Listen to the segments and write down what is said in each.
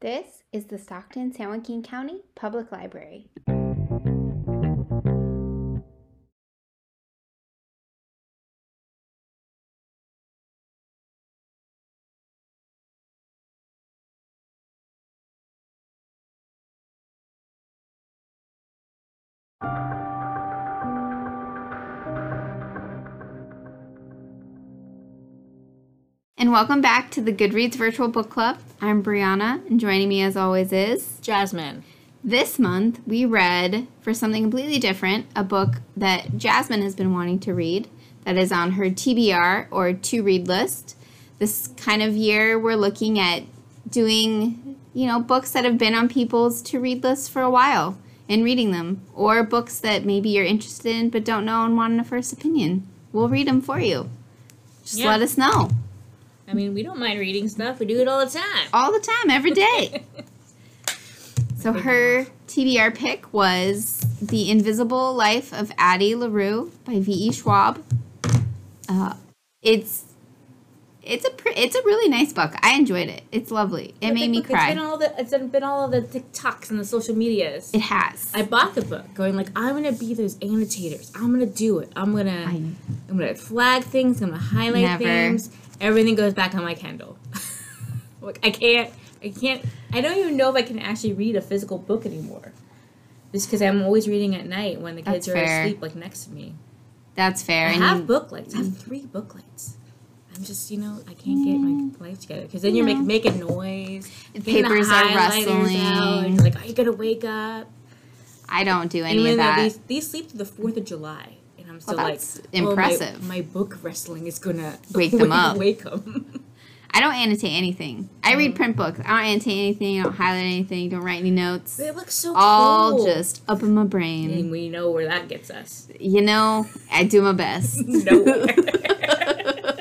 This is the Stockton San Joaquin County Public Library. And welcome back to the Goodreads Virtual Book Club. I'm Brianna, and joining me as always is Jasmine. this month we read, for something completely different, a book that Jasmine has been wanting to read that is on her TBR or to read list. This kind of year, we're looking at doing, you know, books that have been on people's to read lists for a while and reading them, or books that maybe you're interested in but don't know and want a first opinion. We'll read them for you. Just Yeah. let us know. I mean, we don't mind reading stuff. We do it all the time. all the time, every day. so her TBR pick was The Invisible Life of Addie LaRue by V.E. Schwab. Uh, it's it's a pr- it's a really nice book. I enjoyed it. It's lovely. It But made the me book, It's been cry. all the it's been all the TikToks and the social medias. It has. I bought the book, going like, I'm gonna be those annotators. I'm gonna do it. I'm gonna I- I'm gonna flag things. I'm gonna highlight Never. things. Everything goes back on my Kindle. like I can't. I can't. I don't even know if I can actually read a physical book anymore. Just because I'm always reading at night when the kids That's are fair. asleep, like next to me. That's fair. I and have you- book lights. I have three book lights. I'm just, you know, I can't get my life together because then you're Yeah. making making noise. getting the papers are highlighters out, and rustling. you're like, are you gonna wake up? I don't do And any when of that. These, these sleep through the Fourth of July, and I'm still Well, like, that's oh, my- impressive. my, book wrestling is gonna Wake them up. Wake them. I don't annotate anything. I read print books. I don't annotate anything. I don't highlight anything. Don't write any notes. they look so All cool. just up in my brain. And we know where that gets us. You know, I do my best. Nowhere.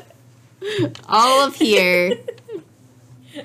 All of here.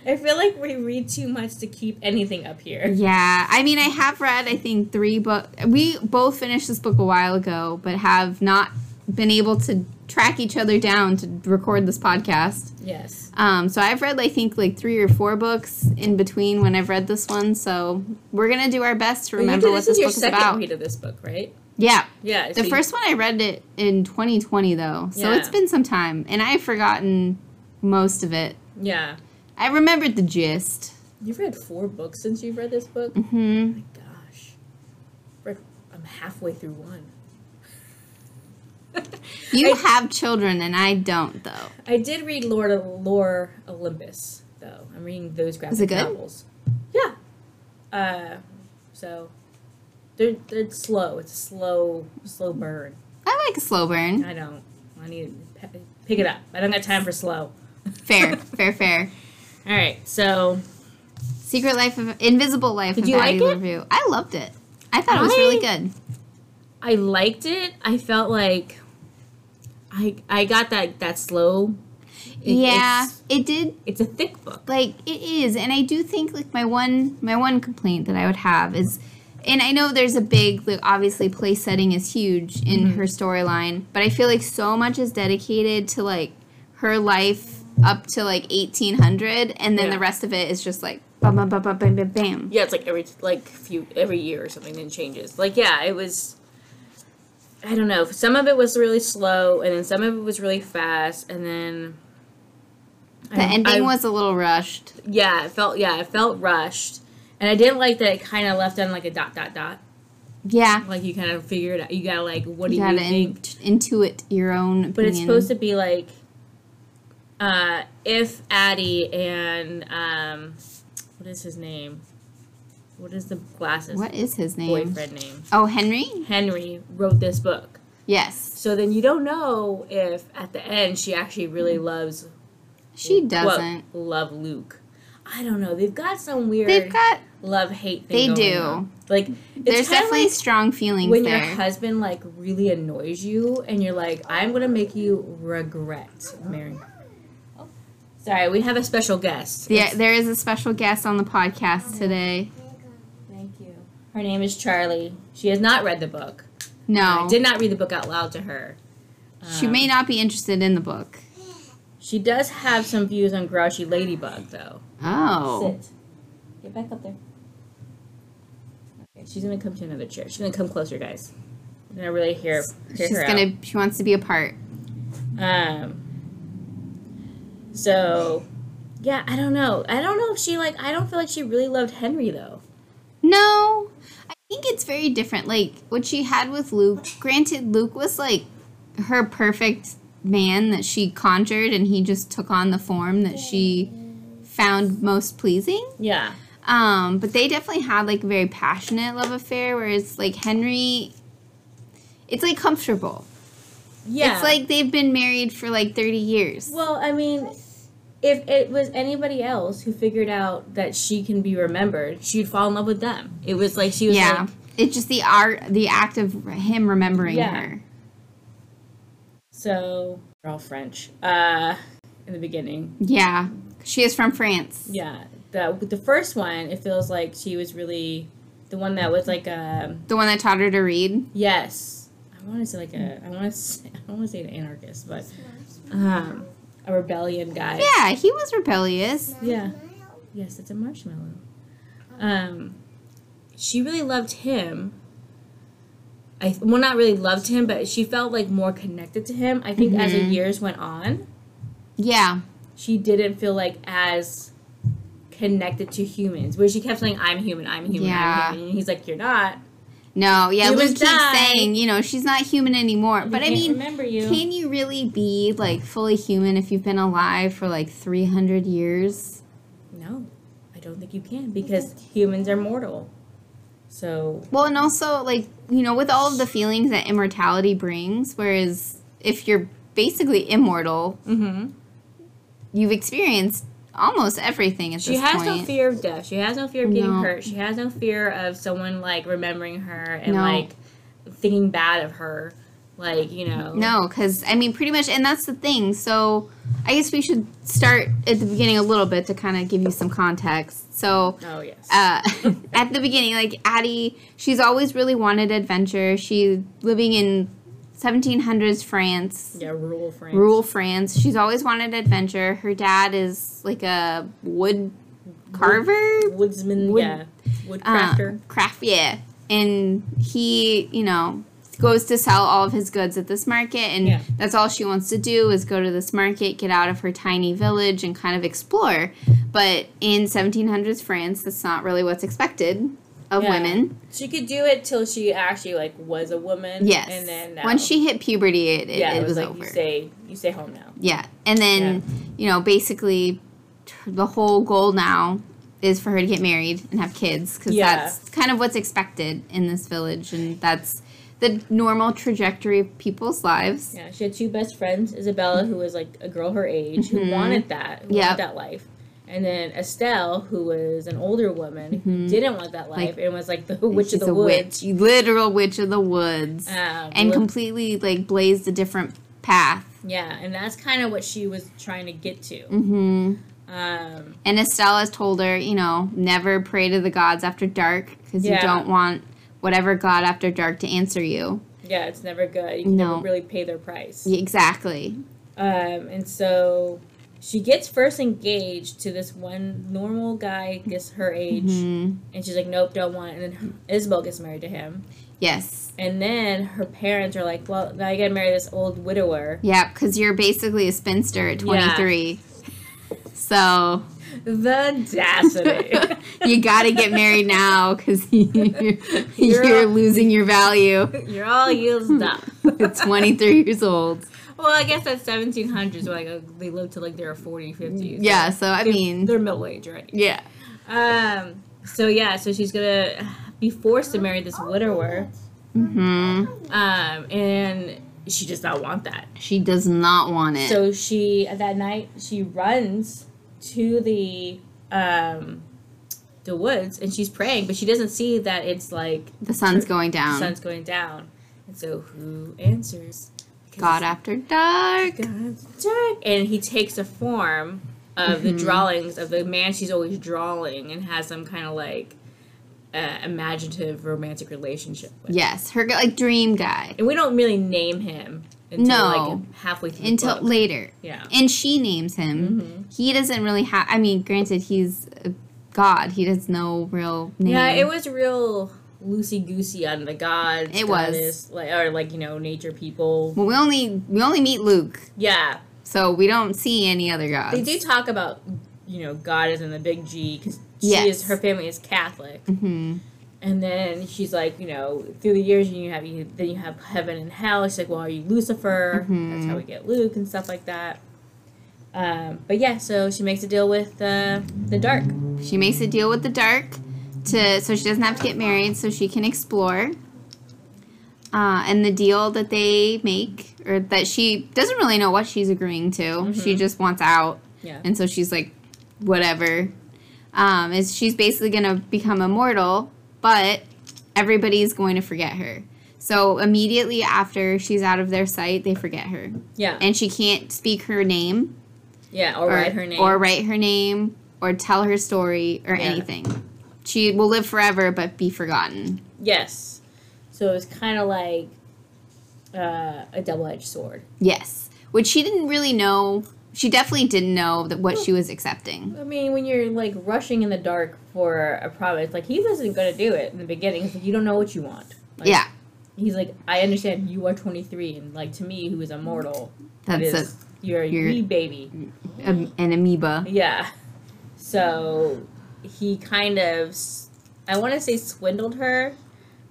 I feel like we read too much to keep anything up here. Yeah. I mean, I have read, I think, three book. We both finished this book a while ago, but have not been able to track each other down to record this podcast. Yes. Um, so I've read, I think, like three or four books in between when I've read this one. So we're going to do our best to Well, you remember did- what this is your book is second about. read of this book, right? Yeah. Yeah. The so you- first one I read it in 2020, though. So Yeah. it's been some time, and I've forgotten most of it. Yeah. I remembered the gist. You've read four books since you've read this book? hmm my gosh. Rick, I'm halfway through one. You I, have children and I don't though. I did read Lord of Lore Olympus, though. I'm reading those graphic it good? novels. Yeah. Uh, so they're they're slow. It's a slow slow burn. I like a slow burn. I don't. I need to p- pick it up. I don't got time for slow. Fair, fair, fair. All right. So Secret Life of Invisible Life Did of you Addie like it? LaRue. I loved it. I thought it was really good. I liked it. I felt like I I got that that slow. it- yeah, It's, it did it's a thick book. like it is and i do think like my one my one complaint that i would have is and i know there's a big like obviously place setting is huge in Mm-hmm. her storyline but i feel like so much is dedicated to like her life up to like 1800 and then Yeah. the rest of it is just like bam bam bam bam bam bam bam Yeah, it's like every like few every year or something then changes. Like yeah, it was I don't know. Some of it was really slow and then some of it was really fast and then the ending was a little rushed yeah, it felt yeah, it felt rushed. And I didn't like that it kinda left on like a dot dot dot. yeah Like you kind of figured out you gotta like what do you you, gotta in- think? intuit your own opinion But it's supposed to be like uh if Addie and um what is his name? What is the glasses what is his name boyfriend name? oh henry Henry wrote this book. yes So then you don't know if at the end she actually really loves she well, doesn't love Luke. I don't know. They've got some weird they've got love hate thing. They going do. on. Like it's there's kinda definitely like strong feelings when there your husband like really annoys you and you're like, I'm gonna make you regret marrying. Oh, Sorry, we have a special guest. Yeah, there is a special guest on the podcast Oh. today. Thank you. Her name is Charlie. She has not read the book. I No, did not read the book out loud to her. she Um, may not be interested in the book. She does have some views on Grouchy Ladybug, though. Oh, Sit. Get back up there. Okay, she's gonna come to another chair. She's gonna come closer, guys. I'm gonna really hear, hear She's her gonna. She wants to be a part. out. Um. So, yeah, I don't know. I don't know if she like. I don't feel like she really loved Henry though. No, I think it's very different. Like what she had with Luke. Granted, Luke was like her perfect man that she conjured, and he just took on the form that she found most pleasing. Yeah. Um, but they definitely had like a very passionate love affair, whereas like Henry, it's like comfortable. Yeah. It's like they've been married for like thirty years. Well, I mean, if it was anybody else who figured out that she can be remembered, she'd fall in love with them. It was like she was yeah, like, it's just the art, the act of him remembering Yeah. her. so they're all French. Uh, in the beginning, Yeah, she is from France. yeah. The with the first one, it feels like she was really the one that was like um The one that taught her to read. yes. I want to say like a I want to say, I want to say an anarchist, but um, a rebellion guy. Yeah, he was rebellious. Yeah. Yes, it's a marshmallow. Um, she really loved him. I well, not really loved him, but she felt like more connected to him. I think as the Mhm. years went on, Yeah, she didn't feel like as connected to humans. Where she kept saying, "I'm human, I'm human, Yeah. I'm human," and he's like, "You're not." no, yeah. He Luke was keeps dying. saying, you know, she's not human anymore. We But I can't mean, remember you. Can you really be like fully human if you've been alive for like 300 years? no, I don't think you can because humans are mortal. So Well, and also like, you know, with all of the feelings that immortality brings, whereas if you're basically immortal, mm-hmm. you've experienced almost everything at She this has point. no fear of death. She has no fear of getting No. hurt. She has no fear of someone like remembering her and No. like thinking bad of her. Like, you know. No, because I mean, pretty much, and that's the thing. So, I guess we should start at the beginning a little bit to kind of give you some context. So, Oh yes. uh, at the beginning, like Addie, she's always really wanted adventure. She's living in 1700s France, yeah, rural France. rural France. She's always wanted adventure. Her dad is like a wood carver, Woodsman, Wood- yeah. uh, Woodcrafter. craft, yeah. And he, you know, goes to sell all of his goods at this market, and Yeah. that's all she wants to do is go to this market, get out of her tiny village, and kind of explore. But in 1700s France, that's not really what's expected of Yeah. women. she could do it till she actually like was a woman. Yes. And then no. Once she hit puberty, it, it, yeah, it was, like over. you stay you stay home now. Yeah. And then, you know, basically t- the whole goal now is for her to get married and have kids because Yeah. that's kind of what's expected in this village. And that's the normal trajectory of people's lives. Yeah, she had two best friends, Isabella, who was like a girl her age, Mhm. who wanted that, who Yep. wanted that life. And then Estelle, who was an older woman, Mhm. who didn't want that life and was like the witch She's of the a woods. witch, literal witch of the woods. Um, and with- completely like blazed a different path. yeah, and that's kind of what she was trying to get to. hmm Um, And Estelle has told her, you know, never pray to the gods after dark because you Yeah. don't want whatever god after dark to answer you. yeah, it's never good. You can No. never really pay their price. Yeah, exactly. Um, and so she gets first engaged to this one normal guy, gets her age, Mhm. and she's like, nope, don't want it. And then Isabel gets married to him. Yes. And then her parents are like, "Well, now you gotta marry this old widower." Yeah, because you're basically a spinster at Yeah. 23. So The audacity! you got to get married now because you're, You're you're a- losing your value You're all used up. at 23 years old. Well, I guess that's 1700s. Where, like uh, they lived till like they were 40, 50. so Yeah, so I they're- mean, they're middle age already. yeah. Um. So yeah, so she's gonna be forced to marry this widower. hmm Um, and she does not want that. She does not want it. So she that night she runs to the um the woods and she's praying, but she doesn't see that it's like the sun's going down. The sun's going down. And so who answers? Because God after dark. it's God's dark. And he takes a form of Mm-hmm. the drawings of the man she's always drawing and has some kind of like uh, imaginative romantic relationship with. Yes, her like dream guy And we don't really name him until No. like halfway through until Mm-hmm. the book. later. yeah. And she names him. Mhm. He doesn't really have, I mean, granted, he's a God. He has no real name. Yeah, it was real loosey goosey on the gods. It was. goddess, like or like you know nature people. Well, we only we only meet Luke, Yeah, so we don't see any other gods. they do talk about you know goddess and the big G because she Yes. is her family is Catholic, hmm and then she's like you know through the years you have you then you have heaven and hell. She's like, well, are you Lucifer? Mm-hmm. That's how we get Luke and stuff like that. Um, but yeah, so she makes a deal with uh, the dark. She makes a deal with the dark to so she doesn't have to get married, so she can explore. Uh, and the deal that they make, or that she doesn't really know what she's agreeing to. She just wants out, Mm-hmm. Yeah. and so she's like, whatever. Um, is she's basically gonna become immortal, but everybody's going to forget her. So immediately after she's out of their sight, they forget her, Yeah. and she can't speak her name Yeah. Or, write her name. or write her name, or tell her story, or Yeah. anything. She will live forever, but be forgotten. Yes. So it's kind of like uh, a double edged sword. Yes, which she didn't really know. She definitely didn't know that what she was accepting. I mean, when you're like rushing in the dark for a promise, like he wasn't going to do it in the beginning. It's like you don't know what you want. Like, yeah, He's like, I understand you are 23, and like to me, who is immortal, it that's is, you're a you're- wee baby. a, am- an amoeba. Yeah. So he kind of, s- I want to say swindled her,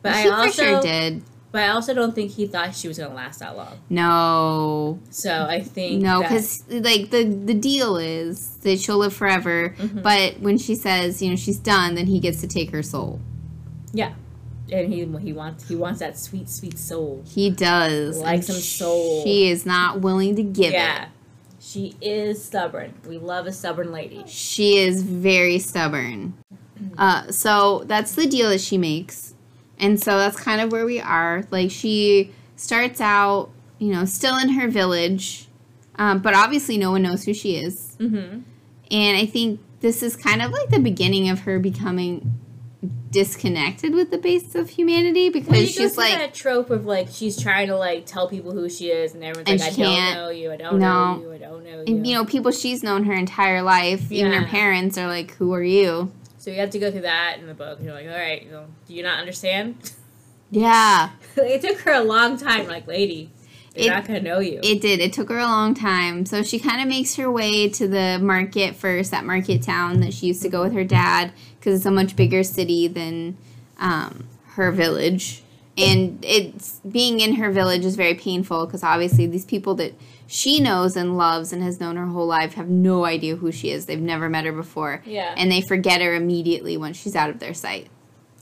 but she I for also, sure did. but I also don't think he thought she was going to last that long. No, So I think no, that- because like the the deal is that she'll live forever. Mhm. But when she says, you know, she's done, then he gets to take her soul. and he he wants he wants that sweet sweet soul. He does. Like and some soul. She is not willing to give it. yeah, she is stubborn. We love a stubborn lady. She is very stubborn. Uh, so that's the deal that she makes. And so that's kind of where we are. Like, she starts out, you know, still in her village, um, but obviously no one knows who she is. Mm-hmm. And I think this is kind of like the beginning of her becoming disconnected with the base of humanity because Well, you go she's through like, that trope of like she's trying to like tell people who she is, and everyone's And like, "I she don't can't. know you. I don't No. know you. I don't know you." and, you know, people she's known her entire life, even her Yeah. parents are like, who are you? so you have to go through that in the book. And you're like, "All right, you know, do you not understand?" Yeah. it took her a long time. Like, lady, they're It- not gonna know you. It did. It took her a long time. So she kind of makes her way to the market first, that market town that she used to go with her dad, because it's a much bigger city than um, her village. And it's being in her village is very painful because obviously these people that she knows and loves and has known her whole life have no idea who she is. They've never met her before. yeah. And they forget her immediately once she's out of their sight.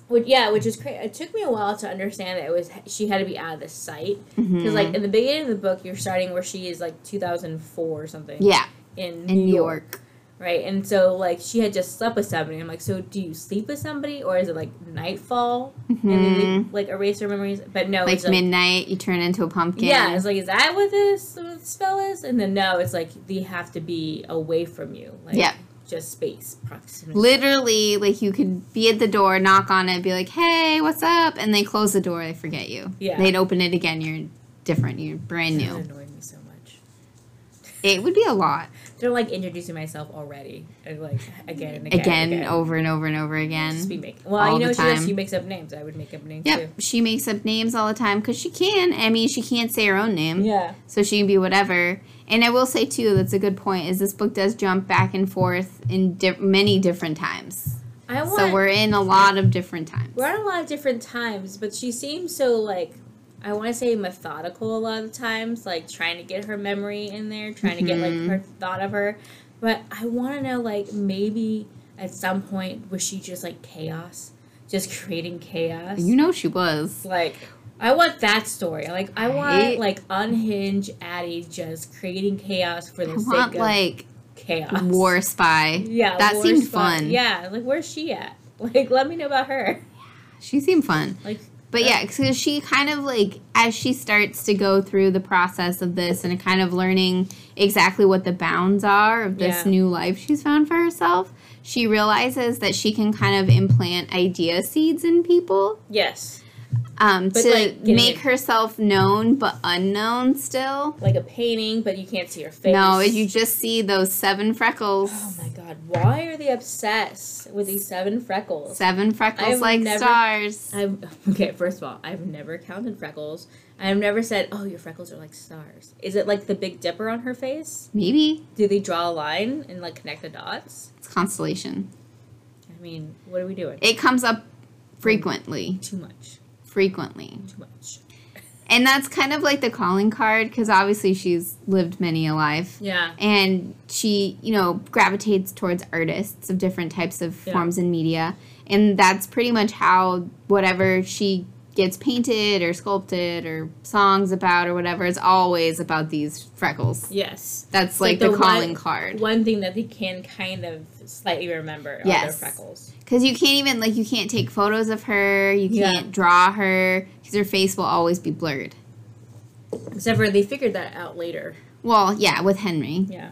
Which, yeah, which is crazy. It took me a while to understand that it was she had to be out of the sight because, Mhm. Mm-hmm. like, in the beginning of the book, you're starting where she is like 2004 or something. yeah, in in New York. right? And so, like, she had just slept with somebody. I'm like, so do you sleep with somebody or is it like nightfall and then Mhm. they, like erase her memories? But no, Like it's like. midnight, you turn into a pumpkin. yeah, it's like, is that what this, what this spell is? And then no, it's like they have to be away from you, like Yeah. just space proximity. Literally, like you could be at the door, knock on it, be like, "Hey, what's up?" and they close the door, they forget you. Yeah. They'd open it again, you're different, you're brand This new. annoyed me so much. It would be a lot. They're like introducing myself already, and like again and again, Again, over and over and over Just be again. make- well, all you the know what she does? time. She makes up names. I would make up names Yep, she makes up names all the time cuz she can. I mean, she can't say her own too. name. Yeah, So she can be whatever. And I will say too, that's a good point. Is this book does jump back and forth in di- many different times. I want. So we're in a lot of different times. We're at a lot of different times, but she seems so like I want to say methodical a lot of the times, like trying to get her memory in there, trying to get Mhm. like her thought of her. But I want to know like maybe at some point was she just like chaos, just creating chaos? You know she was. like I want that story. Like I want Right? like unhinged Addie just creating chaos for the I sake want of like chaos. war spy. Yeah, that war seemed spot. fun. Yeah, like where's she at? Like let me know about her. She seemed fun. Like But yeah, because she kind of like, as she starts to go through the process of this and kind of learning exactly what the bounds are of this Yeah. new life she's found for herself, she realizes that she can kind of implant idea seeds in people yes. um, But, to like, getting make it- herself known but unknown still. like a painting, but you can't see her face. No, you just see those seven freckles. Oh my god. God, why are they obsessed with these seven freckles? Seven freckles I've like never- stars. I've okay. First of all, I've never counted freckles. I've never said, "Oh, your freckles are like stars." Is it like the Big Dipper on her face? Maybe Do they draw a line and like connect the dots? it's constellation. I mean, what are we doing? It comes up frequently, Too much. frequently. Too much. And that's kind of like the calling card because obviously she's lived many a life. Yeah. And she, you know, gravitates towards artists of different types of Yeah. forms and media. And that's pretty much how whatever she gets painted or sculpted or songs about or whatever is always about these freckles. Yes. That's It's like, the, like the calling one- card. One thing that they can kind of slightly remember are their Yes. freckles. Because you can't even, like, you can't take photos of her, you Yeah. can't draw her, because her face will always be blurred. Except for they figured that out later. Well, yeah, with Henry. Yeah.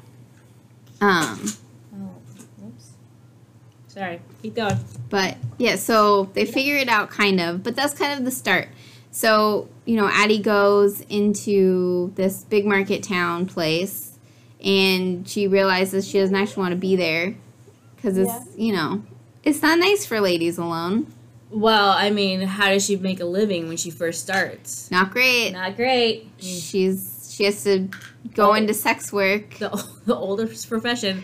Um, Oh, oops. Sorry. Keep going. But yeah, so they figure it out kind of, but that's kind of the start. So, you know, Addie goes into this big market town place and she realizes she doesn't actually want to be there because it's, you know, it's not nice for ladies alone. Well, I mean, how does she make a living when she first starts? Not great. Not great. She's she has to go Oh. into sex work. The, the oldest profession.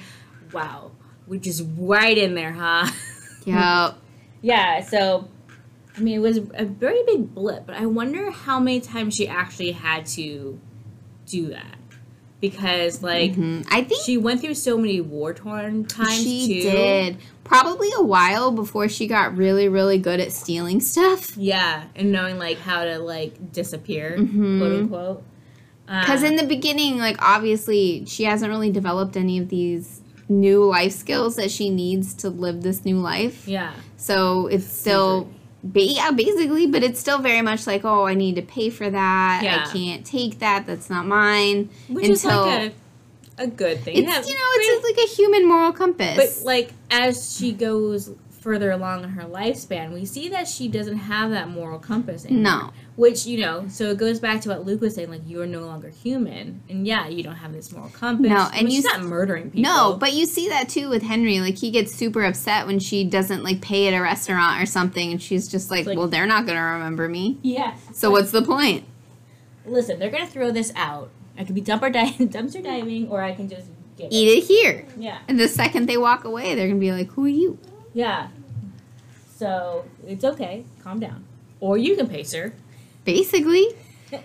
Wow. Which is right in there, huh? Yep. Yeah, so I mean, it was a very big blip, but I wonder how many times she actually had to do that because, like, Mhm. I think she went through so many war torn times she too. did. Probably a while before she got really, really good at stealing stuff. Yeah, and knowing like how to like disappear, Mhm. quote unquote. Because Um, in the beginning, like obviously, she hasn't really developed any of these new life skills that she needs to live this new life. yeah, So it's still, ba- yeah, basically, but it's still very much like, oh, I need to pay for that. Yeah. I can't take that. That's not mine. which is until- like a a good thing. It's Yeah, you know, it's like a human moral but compass. like as she goes further along in her lifespan, we see that she doesn't have that moral compass anymore. no, Which, you know, so it goes back to what Luke was saying, like, you are no longer human. And yeah, you don't have this moral compass. No, and But you she's s- not murdering people. no. But you see that too with Henry. Like he gets super upset when she doesn't like pay at a restaurant or something, and she's just like, like- well, they're not gonna remember me. Yeah. So what's the point? Listen, they're going to throw this out. I could be dump or di- dumpster diving, or I can just get it. Eat it here. Yeah. And the second they walk away, they're gonna be like, "Who are you?" Yeah. So it's okay. Calm down. Or you can pace her. Basically. But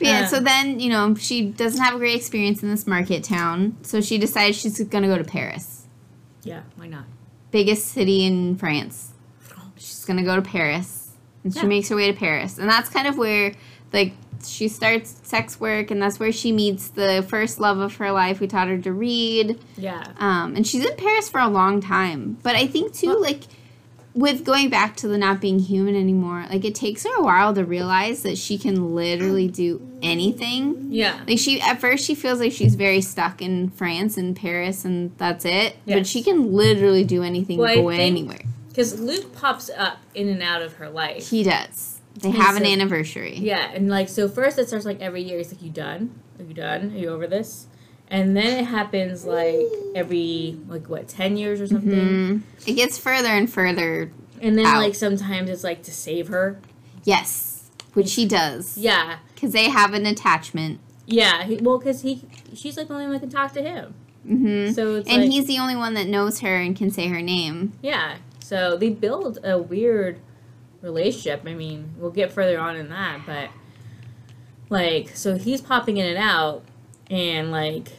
yeah. Uh. so then you know she doesn't have a great experience in this market town, so she decides she's gonna go to Paris, Yeah, why not? biggest city in France. She's gonna go to Paris, and she Yeah. makes her way to Paris, and that's kind of where like she starts sex work, and that's where she meets the first love of her life. We taught her to read. Yeah. Um, and she's in Paris for a long time. But I think too, like with going back to the not being human anymore, like it takes her a while to realize that she can literally do anything. Yeah. Like she at first she feels like she's very stuck in France and Paris and that's it. But Yes. she can literally do anything, Well, I go think- anywhere. Because Luke pops up in and out of her life. He does. They He's have an a- anniversary. Yeah, and like so first it starts like every year. It's like you done? Are you done? Are you over this? And then it happens like every like what ten years or something. Mhm. It gets further and further. And then Out. like sometimes it's like to save her. Yes, which she does Yeah, because they have an attachment. yeah. He, well, because he she's like the only one that can talk to him. hmm So it's and like he's the only one that knows her and can say her name. yeah. So they build a weird relationship. I mean, we'll get further on in that, but like so he's popping in and out and like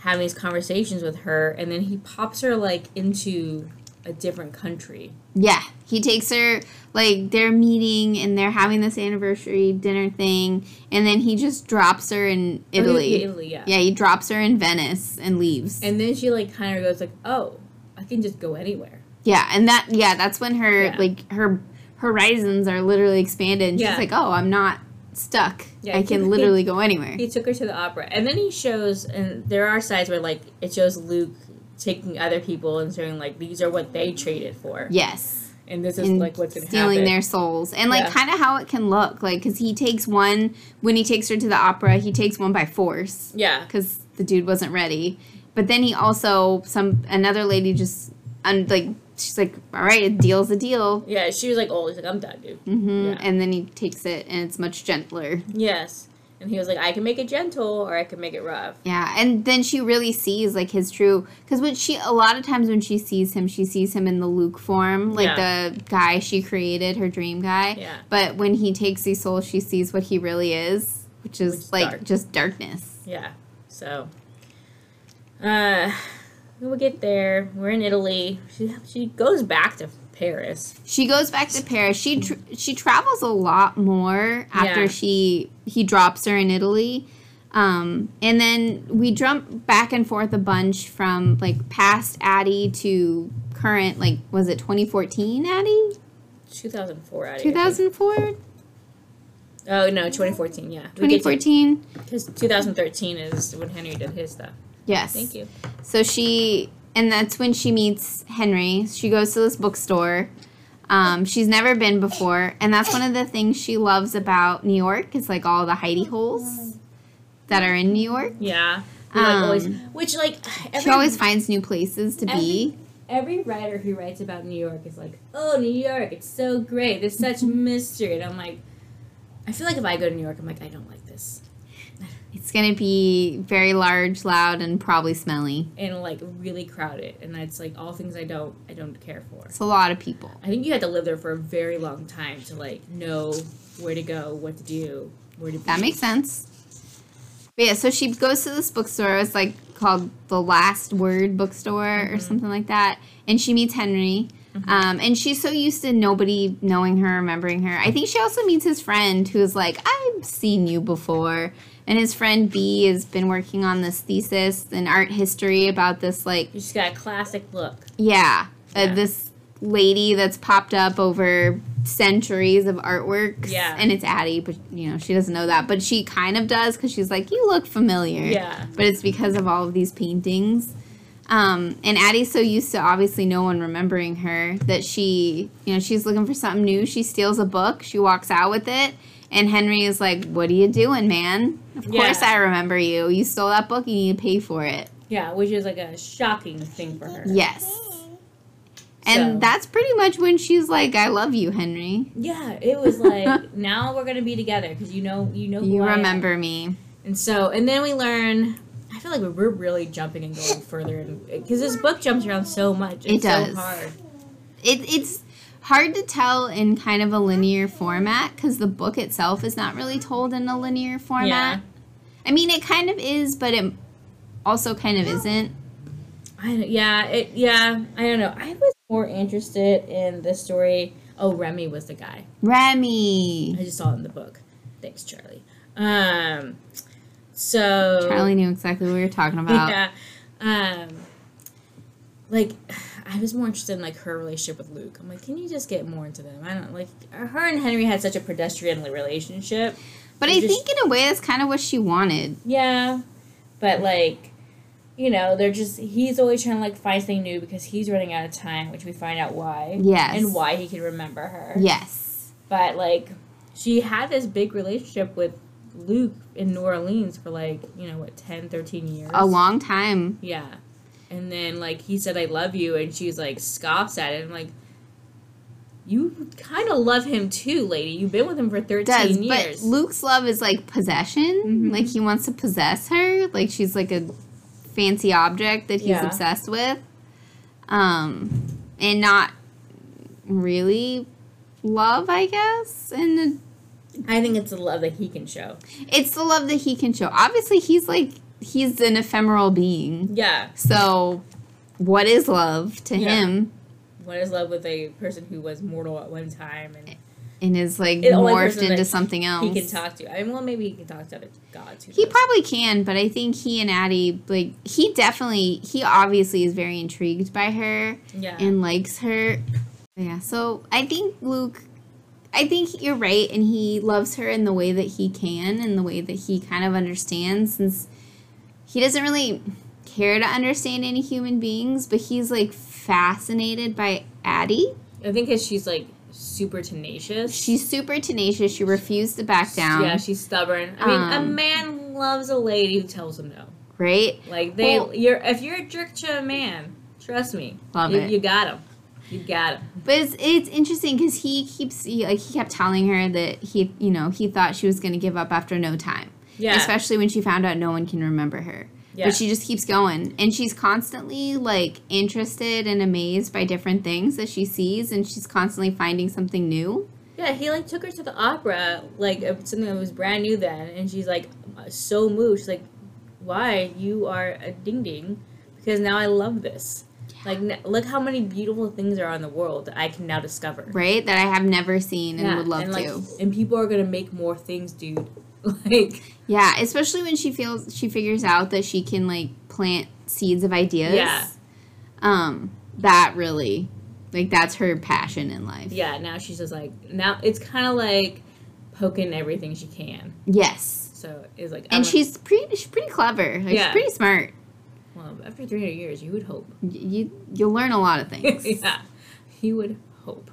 having these conversations with her and then he pops her like into a different country. Yeah, he takes her like they're meeting and they're having this anniversary dinner thing, and then he just drops her in Or Oh, he- Italy. Italy, yeah. Yeah, he drops her in Venice and leaves. And then she like kind of goes like, "Oh, I can just go anywhere." yeah, and that yeah, that's when her Yeah. like her horizons are literally expanded. And Yeah. She's like, oh, I'm not stuck. Yeah, I he- can literally go anywhere. He took her to the opera. And then he shows and there are sides where like it shows Luke taking other people and showing like these are what they traded for. Yes, And this is and like what's going to stealing happen. their souls, and like Yeah. kind of how it can look, like because he takes one when he takes her to the opera, he takes one by force. yeah. because the dude wasn't ready. But then he also some another lady just un, like she's like, all right, a deal's a deal. Yeah, she was like, "Oh, he's like, I'm done, dude." hmm Yeah. And then he takes it, and it's much gentler. Yes, and he was like, "I can make it gentle, or I can make it rough." Yeah, and then she really sees like his true because when she a lot of times when she sees him, she sees him in the Luke form, like the guy she created, her dream guy. Yeah. But when he takes these souls, she sees what he really is, which is Which is like dark. just darkness. Yeah. So, uh, we get there. We're in Italy. She she goes back to Paris. She goes back to Paris. She tr- she travels a lot more after Yeah. she he drops her in Italy. Um, and then we jump back and forth a bunch from like past Addie to current like was it 2014 Addie? 2004 out of 2004 Oh no, 2014. Yeah, We get to- 2014 'cause 2013 is when Henry did his stuff. yes Thank you. so she and that's when she meets henry she goes to this bookstore um, she's never been before and that's one of the things she loves about new york is like all the hidey holes that are in new york Yeah. We, like, Um, always, which like every, she always finds new places to be every writer who writes about New York is like, oh, New York, it's so great. There's such mystery, and I'm like, I feel like if I go to New York, I'm like, I don't like this, it's gonna be very large loud and probably smelly and like really crowded, and that's like all things I don't I don't care for. it's a lot of people I think you had to live there for a very long time to like know where to go, what to do, where to be. That makes sense. But yeah, so she goes to this bookstore. It's like called the Last Word Bookstore Mm-hmm. or something like that. And she meets Henry. Um, and she's so used to nobody knowing her, remembering her. I think she also meets his friend who's like, I've seen you before. And his friend B has been working on this thesis in art history about this, like, You just got a classic look. yeah, Uh, Yeah. this lady that's popped up over centuries of artworks. Yeah. And it's Addie, but you know, she doesn't know that. But she kind of does because she's like, you look familiar. Yeah. But it's because of all of these paintings. Um, and Addie's so used to obviously no one remembering her that she, you know, she's looking for something new. She steals a book, she walks out with it. And Henry is like, What are you doing, man? Of Yeah. course I remember you. You stole that book, you need to pay for it. Yeah, which is like a shocking thing for her. Yes. And So- that's pretty much when she's like, "I love you, Henry. Yeah, it was like now we're gonna be together because you know you know who You I am. remember me." And so and then we learn. I feel like we're really jumping and going further because this book jumps around so much. It's It does. So hard. It, it's hard to tell in kind of a linear format because the book itself is not really told in a linear format. Yeah. I mean, it kind of is, but it also kind of isn't. I don't, yeah it yeah I don't know. I was more interested in the story. Oh, Remy was the guy. Remy. I just saw it in the book. Thanks, Charlie. Um, so Charlie knew exactly what we were talking about. yeah. Um, like, I was more interested in like her relationship with Luke. I'm like, can you just get more into them? I don't like her and Henry had such a pedestrian relationship. But I It just- think in a way that's kind of what she wanted. Yeah, but like, you know, they're just he's always trying to like find something new because he's running out of time, which we find out why. Yes. and why he can remember her. Yes. but like, she had this big relationship with Luke in New Orleans for like you know what 10, 13 years. A long time. Yeah. And then like he said I love you and she's like scoffs at it. I'm like you kind of love him too, lady. You've been with him for 13 does years. but luke's love is like possession Mhm. like he wants to possess her like she's like a fancy object that he's Yeah. obsessed with um and not really love i guess and I think it's the love that he can show. it's the love that he can show obviously he's like he's an ephemeral being Yeah. so what is love to Yeah. him What is love with a person who was mortal at one time and and is like The only morphed person into that something else he can talk to? I mean, well, maybe he can talk to other gods. who He knows? probably can, but I think he and Addie like he definitely he obviously is very intrigued by her yeah. and likes her. Yeah, so I think Luke I think you're right and he loves her in the way that he can and the way that he kind of understands since he doesn't really care to understand any human beings, but he's like fascinated by Addie. I think because she's like super tenacious. She's super tenacious. She refused to back down. Yeah, she's stubborn. I mean, a Um, man loves a lady who tells him no. right? Like they, Well- you're if you're a jerk to a man, trust me, Love you, it. you got him. You got him. But it's, it's interesting because he keeps he, like he kept telling her that he you know he thought she was going to give up after no time, Yeah. especially when she found out no one can remember her. yeah. But she just keeps going, and she's constantly like interested and amazed by different things that she sees, and she's constantly finding something new. yeah, he like took her to the opera, like of something that was brand new then, and she's like so moved. She's like, "Why you are a ding ding?" Because now I love this. Like, n- look how many beautiful things are on the world that I can now discover. right? That I have never seen and would love and, like, to. And people are gonna make more things, dude. Like, Yeah, especially when she feels she figures out that she can like plant seeds of ideas. Yeah. Um, that really like that's her passion in life. yeah. Now she's just like now. It's kind of like poking everything she can. Yes. So it's like, I'm And like, she's pretty she's pretty clever. Like, Yeah. She's pretty smart. well, after three hundred years, you would hope. Y- You you'll learn a lot of things. yeah, you would hope.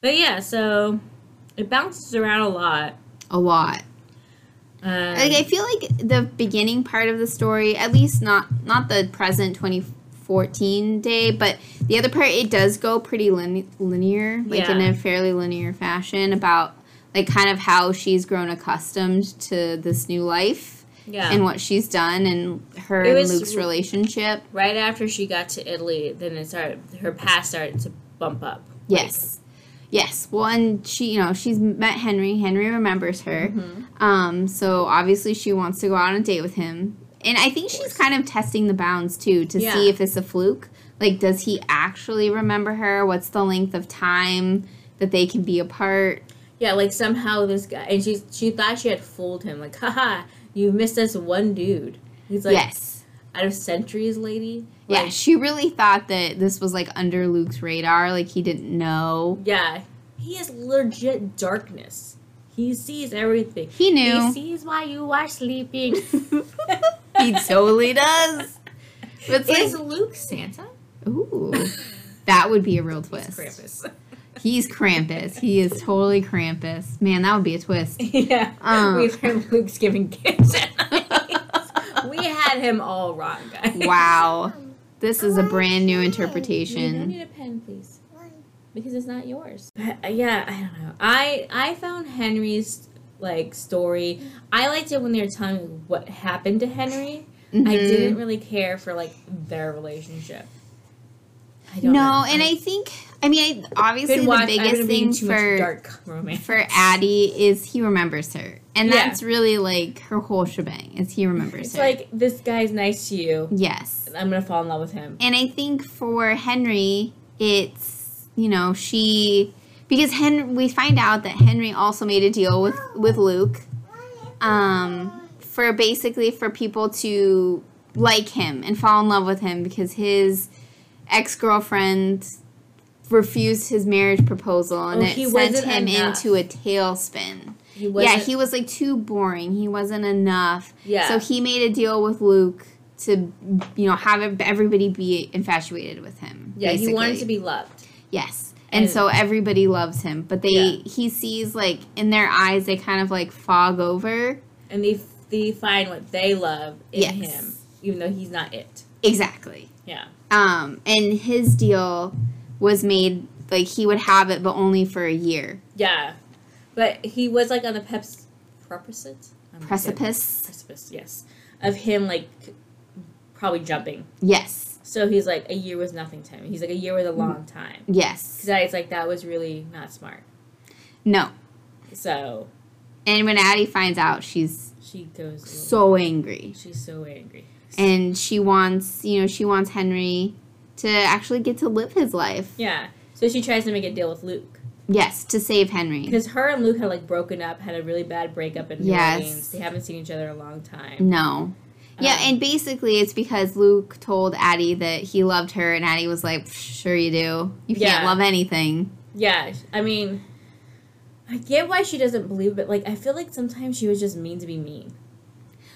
But yeah, so it bounces around a lot. A lot. Um, Like I feel like the beginning part of the story, at least not not the present 2014 day, but the other part it does go pretty lin- linear, like in Yeah. a fairly linear fashion about like kind of how she's grown accustomed to this new life yeah. and what she's done and her It and was- Luke's relationship. right after she got to Italy, then it started. Her past started to bump up. Yes. Yes. Well, and she, you know, she's met Henry. Henry remembers her. Um, so obviously she wants to go out on a date with him. And I think she's kind of testing the bounds too to Yeah. see if it's a fluke. Like, does he actually remember her? What's the length of time that they can be apart? Yeah, like somehow this guy and she she thought she had fooled him. Like, haha, you missed us one dude. He's like yes. out of centuries, lady. yeah. Like, She really thought that this was like under Luke's radar. Like, he didn't know. yeah. He is legit darkness. He sees everything. He He knew. sees why you are sleeping. He totally does. But it's Is like, Luke Santa? ooh, that would be a real twist. Krampus. He's Krampus. He is totally Krampus. Man, that would be a twist. yeah. Um. we learned Luke's giving gifts. we had him all wrong, guys. Wow. This is a Wow. brand new You don't interpretation. need a pen, please. because it's not yours. But, uh, yeah, I don't know. I I found Henry's like story. I liked it when they were telling me what happened to Henry. I Mhm. didn't really care for like their relationship. I No, don't know. and I think I mean I, obviously been the watch- I've biggest been thing reading too much for dark romance. for Addie is he remembers her, and Yeah. that's really like her whole shebang is he remembers It's her. like this guy's nice to you. yes, I'm gonna fall in love with him. and I think for Henry, it's you know she because Henry we find out that Henry also made a deal with with Luke um, for basically for people to like him and fall in love with him because his ex girlfriend refused his marriage proposal and Oh, it he sent wasn't him enough. into a tailspin. He wasn't. yeah, he was like too boring. He wasn't enough. Yeah. So he made a deal with Luke to, you know, have ev- everybody be infatuated with him. yeah, he wanted to basically. be loved. Yes. And, And- so everybody loves him, but they Yeah. he sees like in their eyes they kind of like fog over. And they they find what they love in Yes. him, even though he's not it. Exactly. Yeah. Um, and his deal was made like he would have it, but only for a year. Yeah, but he was like on the peps precipice. I'm gonna say Precipice. Precipice. Yes, of him like probably jumping. Yes. So he's like a year was nothing to him. He's like a year was Mm. a long time. Yes. Besides, like that was really not smart. No. So And when Addie finds out, she's she goes. so angry, she's so angry. and she wants you know she wants Henry to actually get to live his life. Yeah. So she tries to make a deal with Luke Yes, to save Henry. because her and Luke had like broken up, had a really bad breakup in New Yes. Orleans. They haven't seen each other in a long time. No. Yeah, Um, and basically it's because Luke told Addie that he loved her, and Addie was like, "Sure you do. You can't Yeah. love anything." Yeah, I mean, I get why she doesn't believe, but like, I feel like sometimes she was just mean to be mean.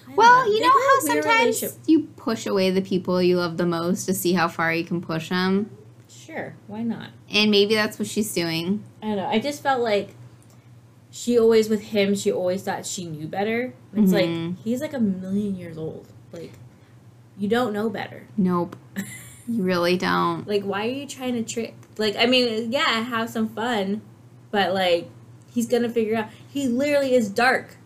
I don't Well, you They know how had a weird sometimes relationship. you push away the people you love the most to see how far you can push them? Sure, why not? And maybe that's what she's doing. I don't know. I just felt like she always with him. She always thought she knew better. It's Mhm. like he's like a million years old. Like You don't know better. Nope. You really don't. Like, why are you trying to trick? Like, I mean, yeah, have some fun, but like, he's gonna figure out. He literally is dark.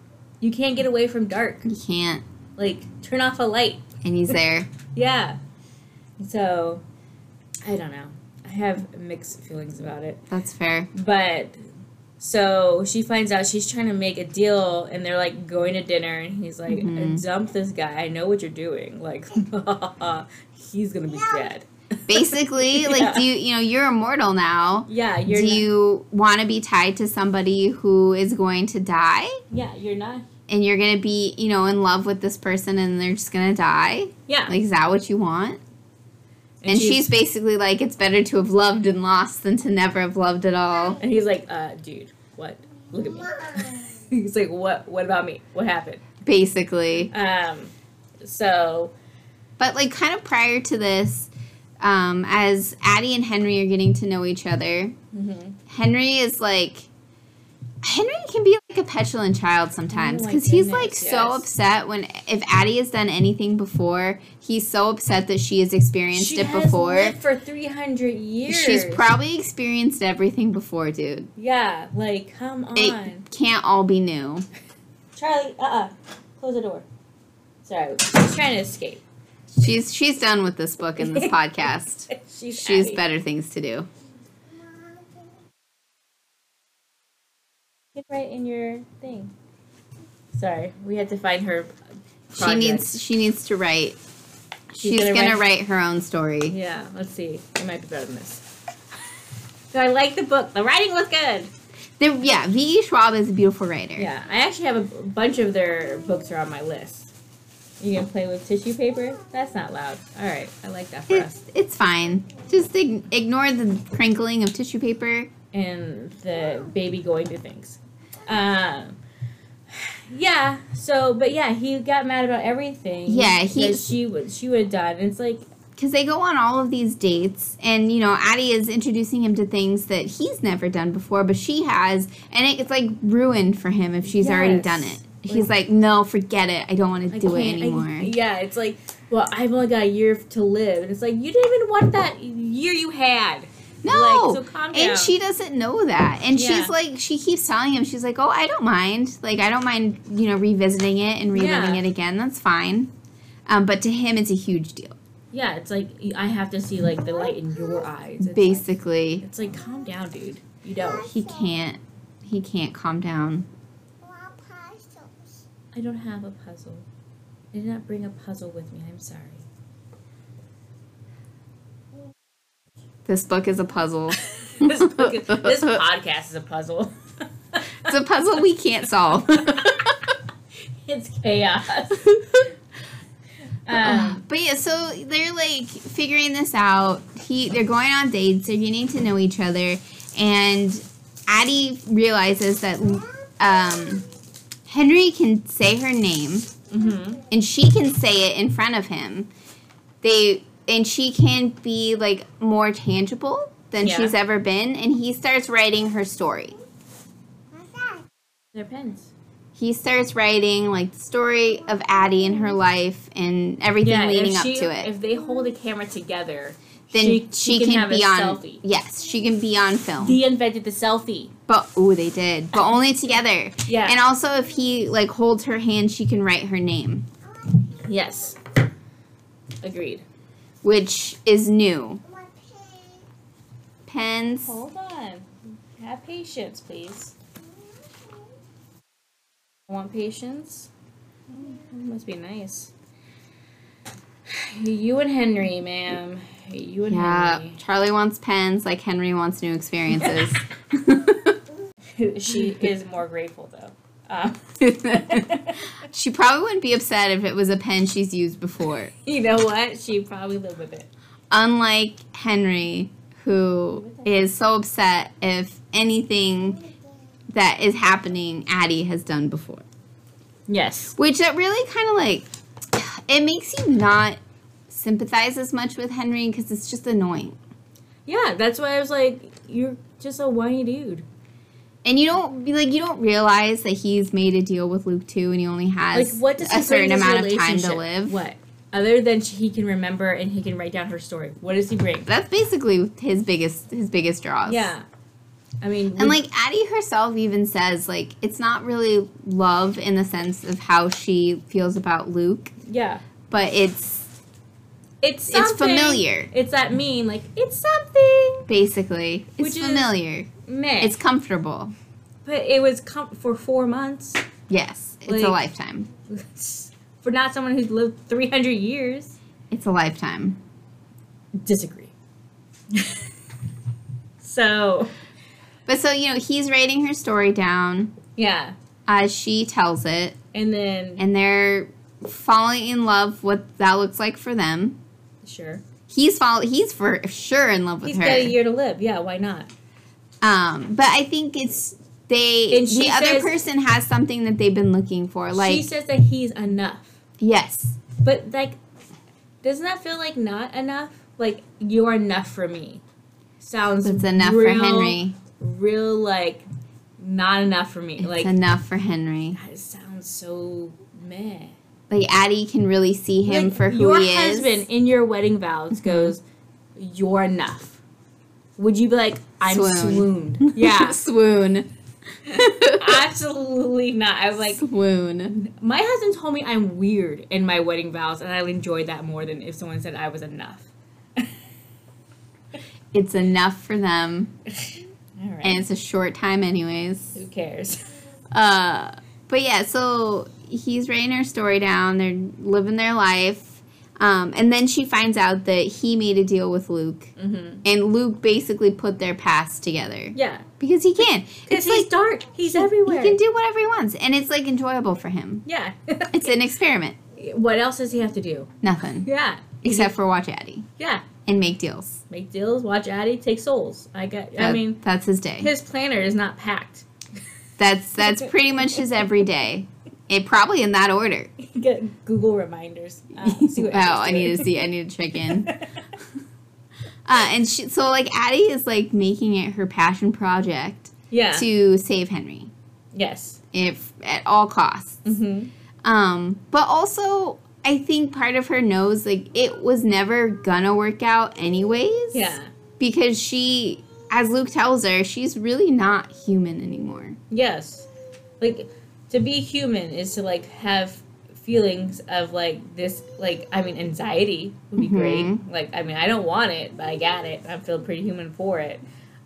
You can't get away from dark. You can't. Like, turn off a light. And he's there. Yeah. So, I don't know. I have mixed feelings about it. That's fair. But so she finds out she's trying to make a deal, and they're like going to dinner, and he's like, Mhm. "Dump this guy. I know what you're doing. Like, he's gonna be dead." Basically, like Yeah. do you you know, you're immortal now. Yeah, you're. do not, you want to be tied to somebody who is going to die yeah, you're not. and you're going to be, you know, in love with this person and they're just going to die? Yeah, Like is that what you want? And, she's, basically like it's better to have loved and lost than to never have loved at all. And he's like, uh, dude, what? Look at me. he's like, what? What about me? What happened? Basically. Um, so But like kind of prior to this um, as Addie and Henry are getting to know each other, Mm-hmm. Henry is like Henry can be like a petulant child sometimes Oh my because he's goodness, like so yes. upset when if Addie has done anything before, he's so upset that she has experienced she it has before. lived for three hundred years. She's probably experienced everything before, dude. Yeah, like come on. It can't all be new. Charlie, uh uh Close the door. Sorry. She's trying to escape. She's she's done with this book and this podcast. She's, She's Abby. better things to do. Get right in your thing. Sorry, we had to find her. She project. needs she needs to write. She's, She's gonna gonna, write- write her own story. Yeah, let's see. It might be better than this. So I like the book. The writing was good. There, yeah, V.E. Schwab is a beautiful writer. Yeah, I actually have a b- bunch of their books are on my list. You gonna play with tissue paper? That's not loud. All right, I like that for It, us. it's fine. Just ig- ignore the crinkling of tissue paper. And the baby going to things. Um, yeah. So, but yeah, he got mad about everything. Yeah, he- that she would she would have done. And it's like Because they go on all of these dates, and you know, Addie is introducing him to things that he's never done before, but she has, and it- it's like ruined for him if she's already Yes. done it. He's like, no, forget it. I don't want to I do it can't- I- anymore. yeah, it's like, well, I've only got a year to live, and it's like you didn't even want that year you had. no. like, so calm down. and she doesn't know that. And Yeah. she's like, she keeps telling him, she's like, oh, I don't mind. Like, I don't mind, you know, revisiting it and reliving Yeah. it again. That's fine. Um, but to him, it's a huge deal. yeah, it's like I have to see like the light in your eyes. It's like, Basically, It's like, calm down, dude. You don't. he can't. He can't calm down. I don't have a puzzle. I did not bring a puzzle with me. I'm sorry. This book is a puzzle. this, book is, this podcast is a puzzle. It's a puzzle we can't solve. it's chaos. Um, but yeah, so they're like figuring this out. He they're going on dates, they're getting to know each other, and Addie realizes that um, Henry can say her name mhm. and she can say it in front of him. They and she can be like more tangible than Yeah. she's ever been, and he starts writing her story. They're pens. he starts writing like the story of Addie and her life and everything Yeah, leading if up she- to it. If they hold a camera together, then she, she, can, have be a on. selfie. Yes, she can be on film. They invented the selfie. but oh, they did, but only together. Yeah. And also, if he like holds her hand, she can write her name, yes. Agreed. which is new. Pens. Hold on. Have patience, please. I want patience. Mm, It must be nice. You and Henry, ma'am. You and Yeah, Charlie wants pens like Henry wants new experiences. Henry. She is more grateful though. Uh, she probably wouldn't be upset if it was a pen she's used before. you know what? She probably lived with it. unlike Henry, who is so upset if anything that is happening Addie has done before. Yes. Which that really kind of like it makes you not sympathize as much with Henry because it's just annoying. Yeah, that's why I was like, you're just a whiny dude. And you don't be like you don't realize that he's made a deal with Luke too, and he only has like, what does a he certain bring to this amount of time to relationship? live. What? other than she, he can remember and he can write down her story. What does he bring? That's basically his biggest his biggest draws. Yeah, I mean, And like Addie herself even says, like, it's not really love in the sense of how she feels about Luke, yeah, but it's it's something, it's familiar, It's that meme, like it's something, basically. It's Which is- familiar. man. It's comfortable. but it was com- for four months Yes. It's a Like- lifetime. for not someone who's lived three hundred years. It's a lifetime. Disagree. so But so, you know, he's writing her story down yeah, as she tells it, and then and they're falling in love what that looks like for them. sure, He's fall he's for sure in love with he's her. got a year to live. Yeah, why not? Um, but I think it's they And she the other says- person has something that they've been looking for. Like she says that he's enough. yes. But like, doesn't that feel like not enough? Like you're enough for me. Sounds It's enough real, for Henry. Real like not enough for me. It's like enough for Henry. that sounds so meh. Like Addie can really see him Like, for who your he husband is. in your wedding vows Mhm. goes, "You're enough." Would you be like, "I'm Swoon. swooned"? Yeah, Swoon. absolutely not. I was like, swoon. my husband told me I'm weird in my wedding vows, and I enjoyed that more than if someone said I was enough. It's enough for them, All right. and it's a short time, anyways. Who cares? Uh, but yeah, so he's writing her story down. They're living their life, um, and then she finds out that he made a deal with Luke, Mm-hmm. and Luke basically put their past together Yeah, because he can. because It's he's like dark. He's everywhere. He can do whatever he wants, and it's like enjoyable for him. yeah. It's an experiment. what else does he have to do? Nothing Yeah, except for watch Addie yeah. and make deals. Make deals, watch Addy, take souls. I got. I That- mean, that's his day. his planner is not packed. that's that's pretty much his every day. It probably in that order. Get Google reminders. Uh, see what wow, Addy's I need to doing. see. I need to check in. Uh, and she, so like Addie is like making it her passion project yeah. to save Henry, yes. if at all costs. Mm-hmm. Um, but also, I think part of her knows like it was never gonna work out anyways. Yeah. Because she, as Luke tells her, she's really not human anymore. Yes. Like to be human is to like have feelings of like this like I mean anxiety would be Mhm. great. Like I mean I don't want it, but I got it. I feel pretty human for it.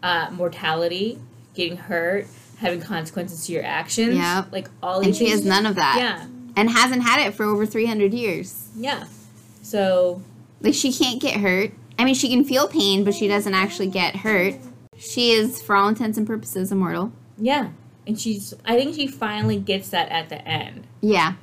Uh mortality, getting hurt, having consequences to your actions. Yep. Like all And these she things- has none of that. Yeah. And hasn't had it for over 300 years. Yeah. So Like she can't get hurt. I mean, she can feel pain, but she doesn't actually get hurt. She is, for all intents and purposes, immortal. yeah. And she's I think she finally gets that at the end. Yeah,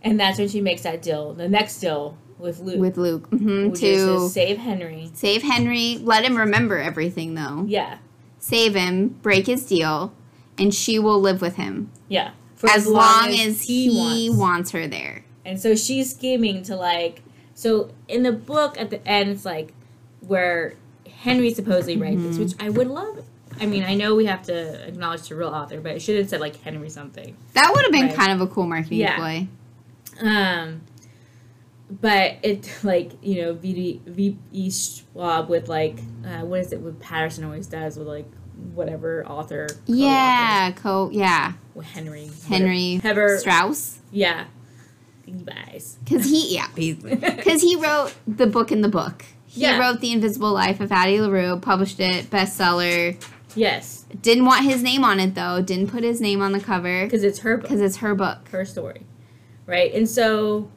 And that's when she makes that deal, the next deal with Luke. with Luke. hmm which is to to save Henry. save Henry, let him remember everything, though. Yeah. Save him, break his deal, and she will live with him Yeah. For as, long, as he, wants. wants. her there. And so she's scheming to like so in the book at the end it's like where Henry supposedly writes this, Mm-hmm. which I would love. I mean, I know we have to acknowledge the real author, but it should have said like Henry something. That would have been Right. kind of a cool marketing Yeah. ploy. Um but it like you know V V E Schwab with like uh, what is it what Patterson always does with like whatever author co-author, Yeah, co. Yeah, with Henry Henry whatever, Strauss, yeah Levi's because he yeah because he wrote the book in the book. He Yeah. wrote The Invisible Life of Addie LaRue, published it, bestseller. Yes, Didn't want his name on it though. Didn't put his name on the cover because it's her book, because it's her book. her story, right? And so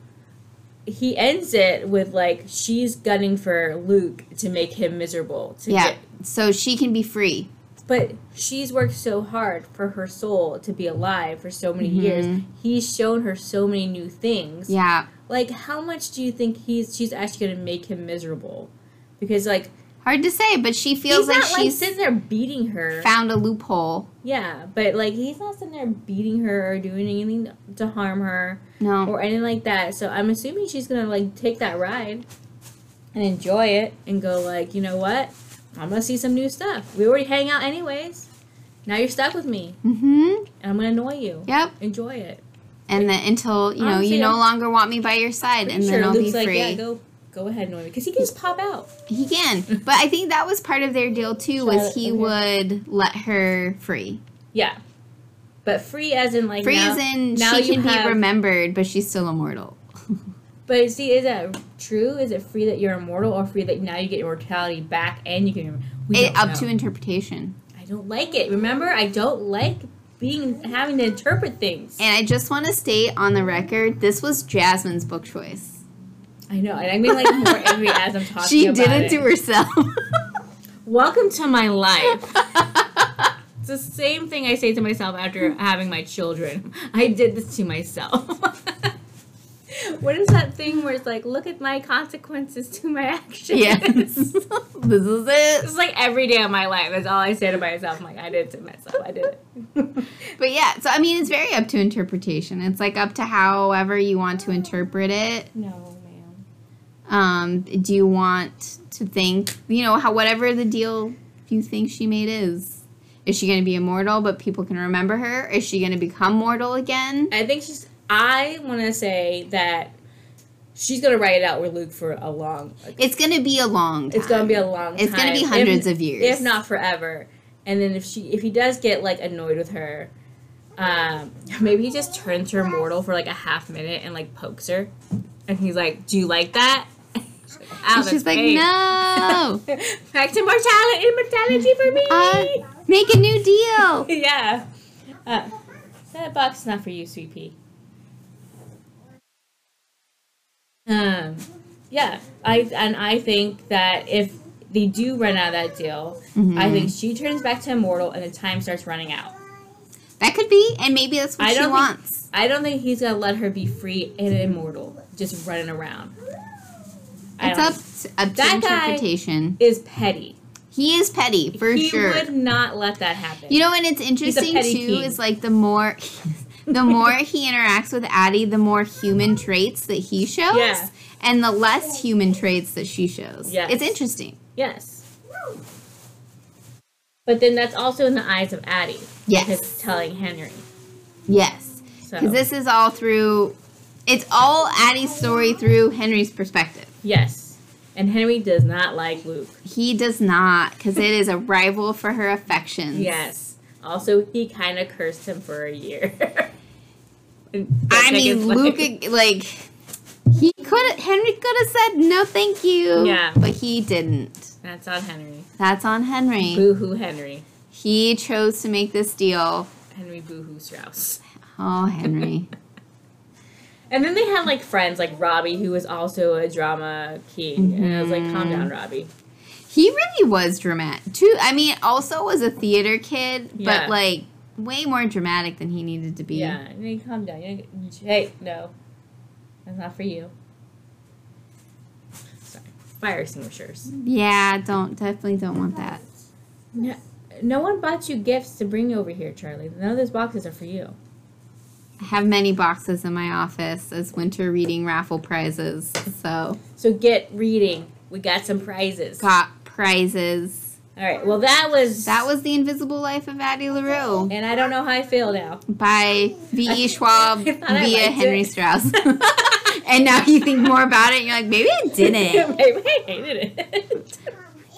he ends it with like she's gunning for Luke to make him miserable. To Yeah, get- so she can be free. but she's worked so hard for her soul to be alive for so many years. Mhm. He's shown her so many new things. Yeah, Like, how much do you think he's she's actually gonna make him miserable? Because like hard to say, but she feels he's like not like she's sitting there beating her. found a loophole. yeah, but like he's not sitting there beating her or doing anything to harm her. No, or anything like that. So I'm assuming she's gonna like take that ride and enjoy it and go like, you know what? I'm gonna see some new stuff. We already hang out anyways. Now you're stuck with me hmm and I'm gonna annoy you. Yep. Enjoy it. and then until you know Honestly, you no I'm longer want me by your side, and Pretty then sure I'll Luke's be like, free. yeah, go go ahead, Noemi, because he can just pop out. He can, but I think that was part of their deal too. Was Charlotte, he okay. would let her free? Yeah, but free as in like Free now, as in now she you can have- be remembered, but she's still immortal. But see, is that true? Is it free that you're immortal, or free that now you get your mortality back and you can? We It, don't up know. to interpretation. I don't like it. Remember, I don't like being having to interpret things. And I just want to state on the record, this was Jasmine's book choice. I know, and I'm getting like more angry as I'm talking. She about did it to herself. Welcome to my life. It's the same thing I say to myself after having my children. I did this to myself. what is that thing where it's like, look at my consequences to my actions? yes, this is it. It's like every day of my life. That's all I say to myself. I'm like, I did it to myself. I did it. But yeah, so I mean, it's very up to interpretation. It's like up to however you want to interpret it. no, ma'am. Um, do you want to think, you know, how whatever the deal you think she made is? Is she going to be immortal, but people can remember her? Is she going to become mortal again? I think she's. I want to say that she's gonna write it out with Luke for a long. It's going to be a long. Time. It's gonna be a long. It's time. going to be If- hundreds of years. if not forever. And then if she, if he does get like annoyed with her, um, maybe he just turns her mortal for like a half minute and like pokes her, and he's like, "Do you like that?" She's like, "Ow, And that's she's like, pain." no, Uh, Back to mortality, immortality for me. I- make a new deal. yeah. Uh, that box is not for you, sweet pea. Um, yeah, I and I think that if they do run out of that deal, I Mm-hmm. think she turns back to immortal and the time starts running out. That could be, and maybe that's what I she don't think- wants. I don't think he's gonna let her be free and immortal, just running around. I It's up don't- to, up to That guy- interpretation. is petty. He is petty for he sure. would not let that happen. You know, and it's interesting too petty king. is like the more the more he interacts with Addie, the more human traits that he shows, Yeah. and the less human traits that she shows. Yes. It's interesting. Yes. But then that's also in the eyes of Addie. Yes. Because telling Henry. Yes, So because this is all through. It's all Addie's story through Henry's perspective. yes, and Henry does not like Luke. He does not, because it is a rival for her affections. Yes. Also, he kind of cursed him for a year. And I took his mean, life. Luke, like, he could, Henry could have said, no, thank you. Yeah. But he didn't. That's on Henry. That's on Henry. Boo hoo, Henry. He chose to make this deal. Henry boo hoo Strauss. Oh, Henry. And then they had like friends like Robbie, who was also a drama king. And I was like, calm down, Robbie. he really was dramatic. Too, I mean, also was a theater kid, Yeah. but, like, way more dramatic than he needed to be. Yeah, you need to calm down. You need to- hey, no, that's not for you. Sorry, fire extinguishers. Yeah, don't, definitely don't want that. No, no one bought you gifts to bring over here, Charlie. None of those boxes are for you. I have many boxes in my office as winter reading raffle prizes. So, So get reading. We got some prizes. got prizes. All right. Well, that was That was The Invisible Life of Addie LaRue And I don't know how I feel now. by V.E. Schwab I thought I via liked Henry it. Strauss. and now you think more about it and you're like, maybe I didn't. Maybe I hated it.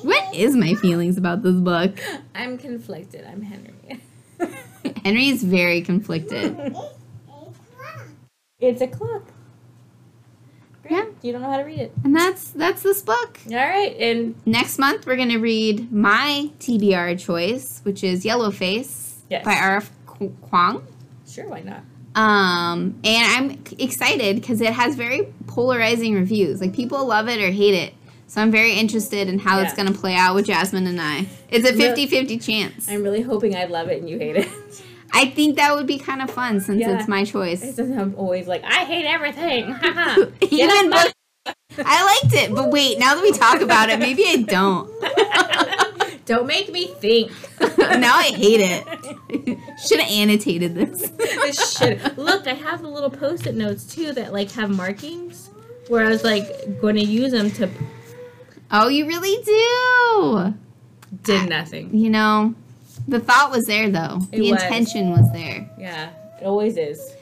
What is my feelings about this book? I'm conflicted. I'm Henry. Henry is very conflicted. it's a clock. Great. Yeah. You don't know how to read it. And that's that's this book. All right. And Next month we're gonna read my TBR choice, which is Yellowface yes. by R.F. Qu- Kuang. Sure. Why not? Um, and I'm excited because it has very polarizing reviews. Like people love it or hate it. So I'm very interested in how it's Yeah. going to play out with Jasmine and I. It's a Look- 50-50 chance. I'm really hoping I love it and you hate it. I think that would be kind of fun since Yeah. it's my choice. Since I'm always like, I hate everything. haha." Yeah, Even that's though- I liked it, but wait, now that we talk about it, maybe I don't. fine. Don't make me think. now I hate it. Should have annotated this. This shit. Look, I have the little post-it notes too that like have markings where I was like going to use them to Oh, you really do. did nothing. You know, the thought was there though. It the was. intention was there. Yeah, it always is.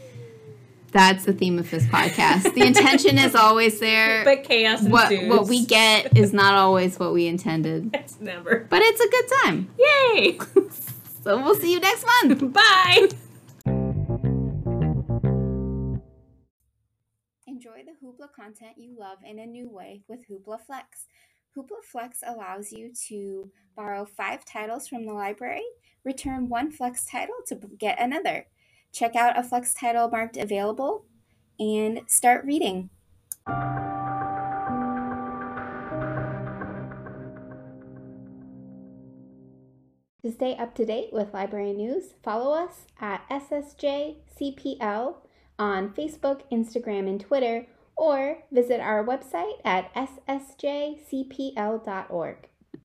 That's the theme of this podcast. The intention is always there. But chaos ensues. what what we get is not always what we intended. It's never. But it's a good time. Yay! So we'll see you next month. Bye! Enjoy the Hoopla content you love in a new way with Hoopla Flex. Hoopla Flex allows you to borrow five titles from the library, return one Flex title to b- get another. Check out a Flex title marked available and start reading. To stay up to date with library news, follow us at SSJCPL on Facebook, Instagram, and Twitter, or visit our website at ssjcpl.org.